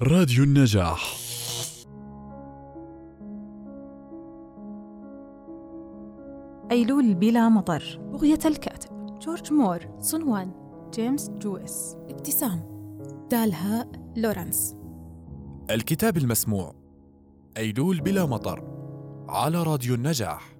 راديو النجاح أيلول بلا مطر بغية الكاتب جورج مور صنوان جيمس جويس ابتسام دالها لورانس الكتاب المسموع أيلول بلا مطر على راديو النجاح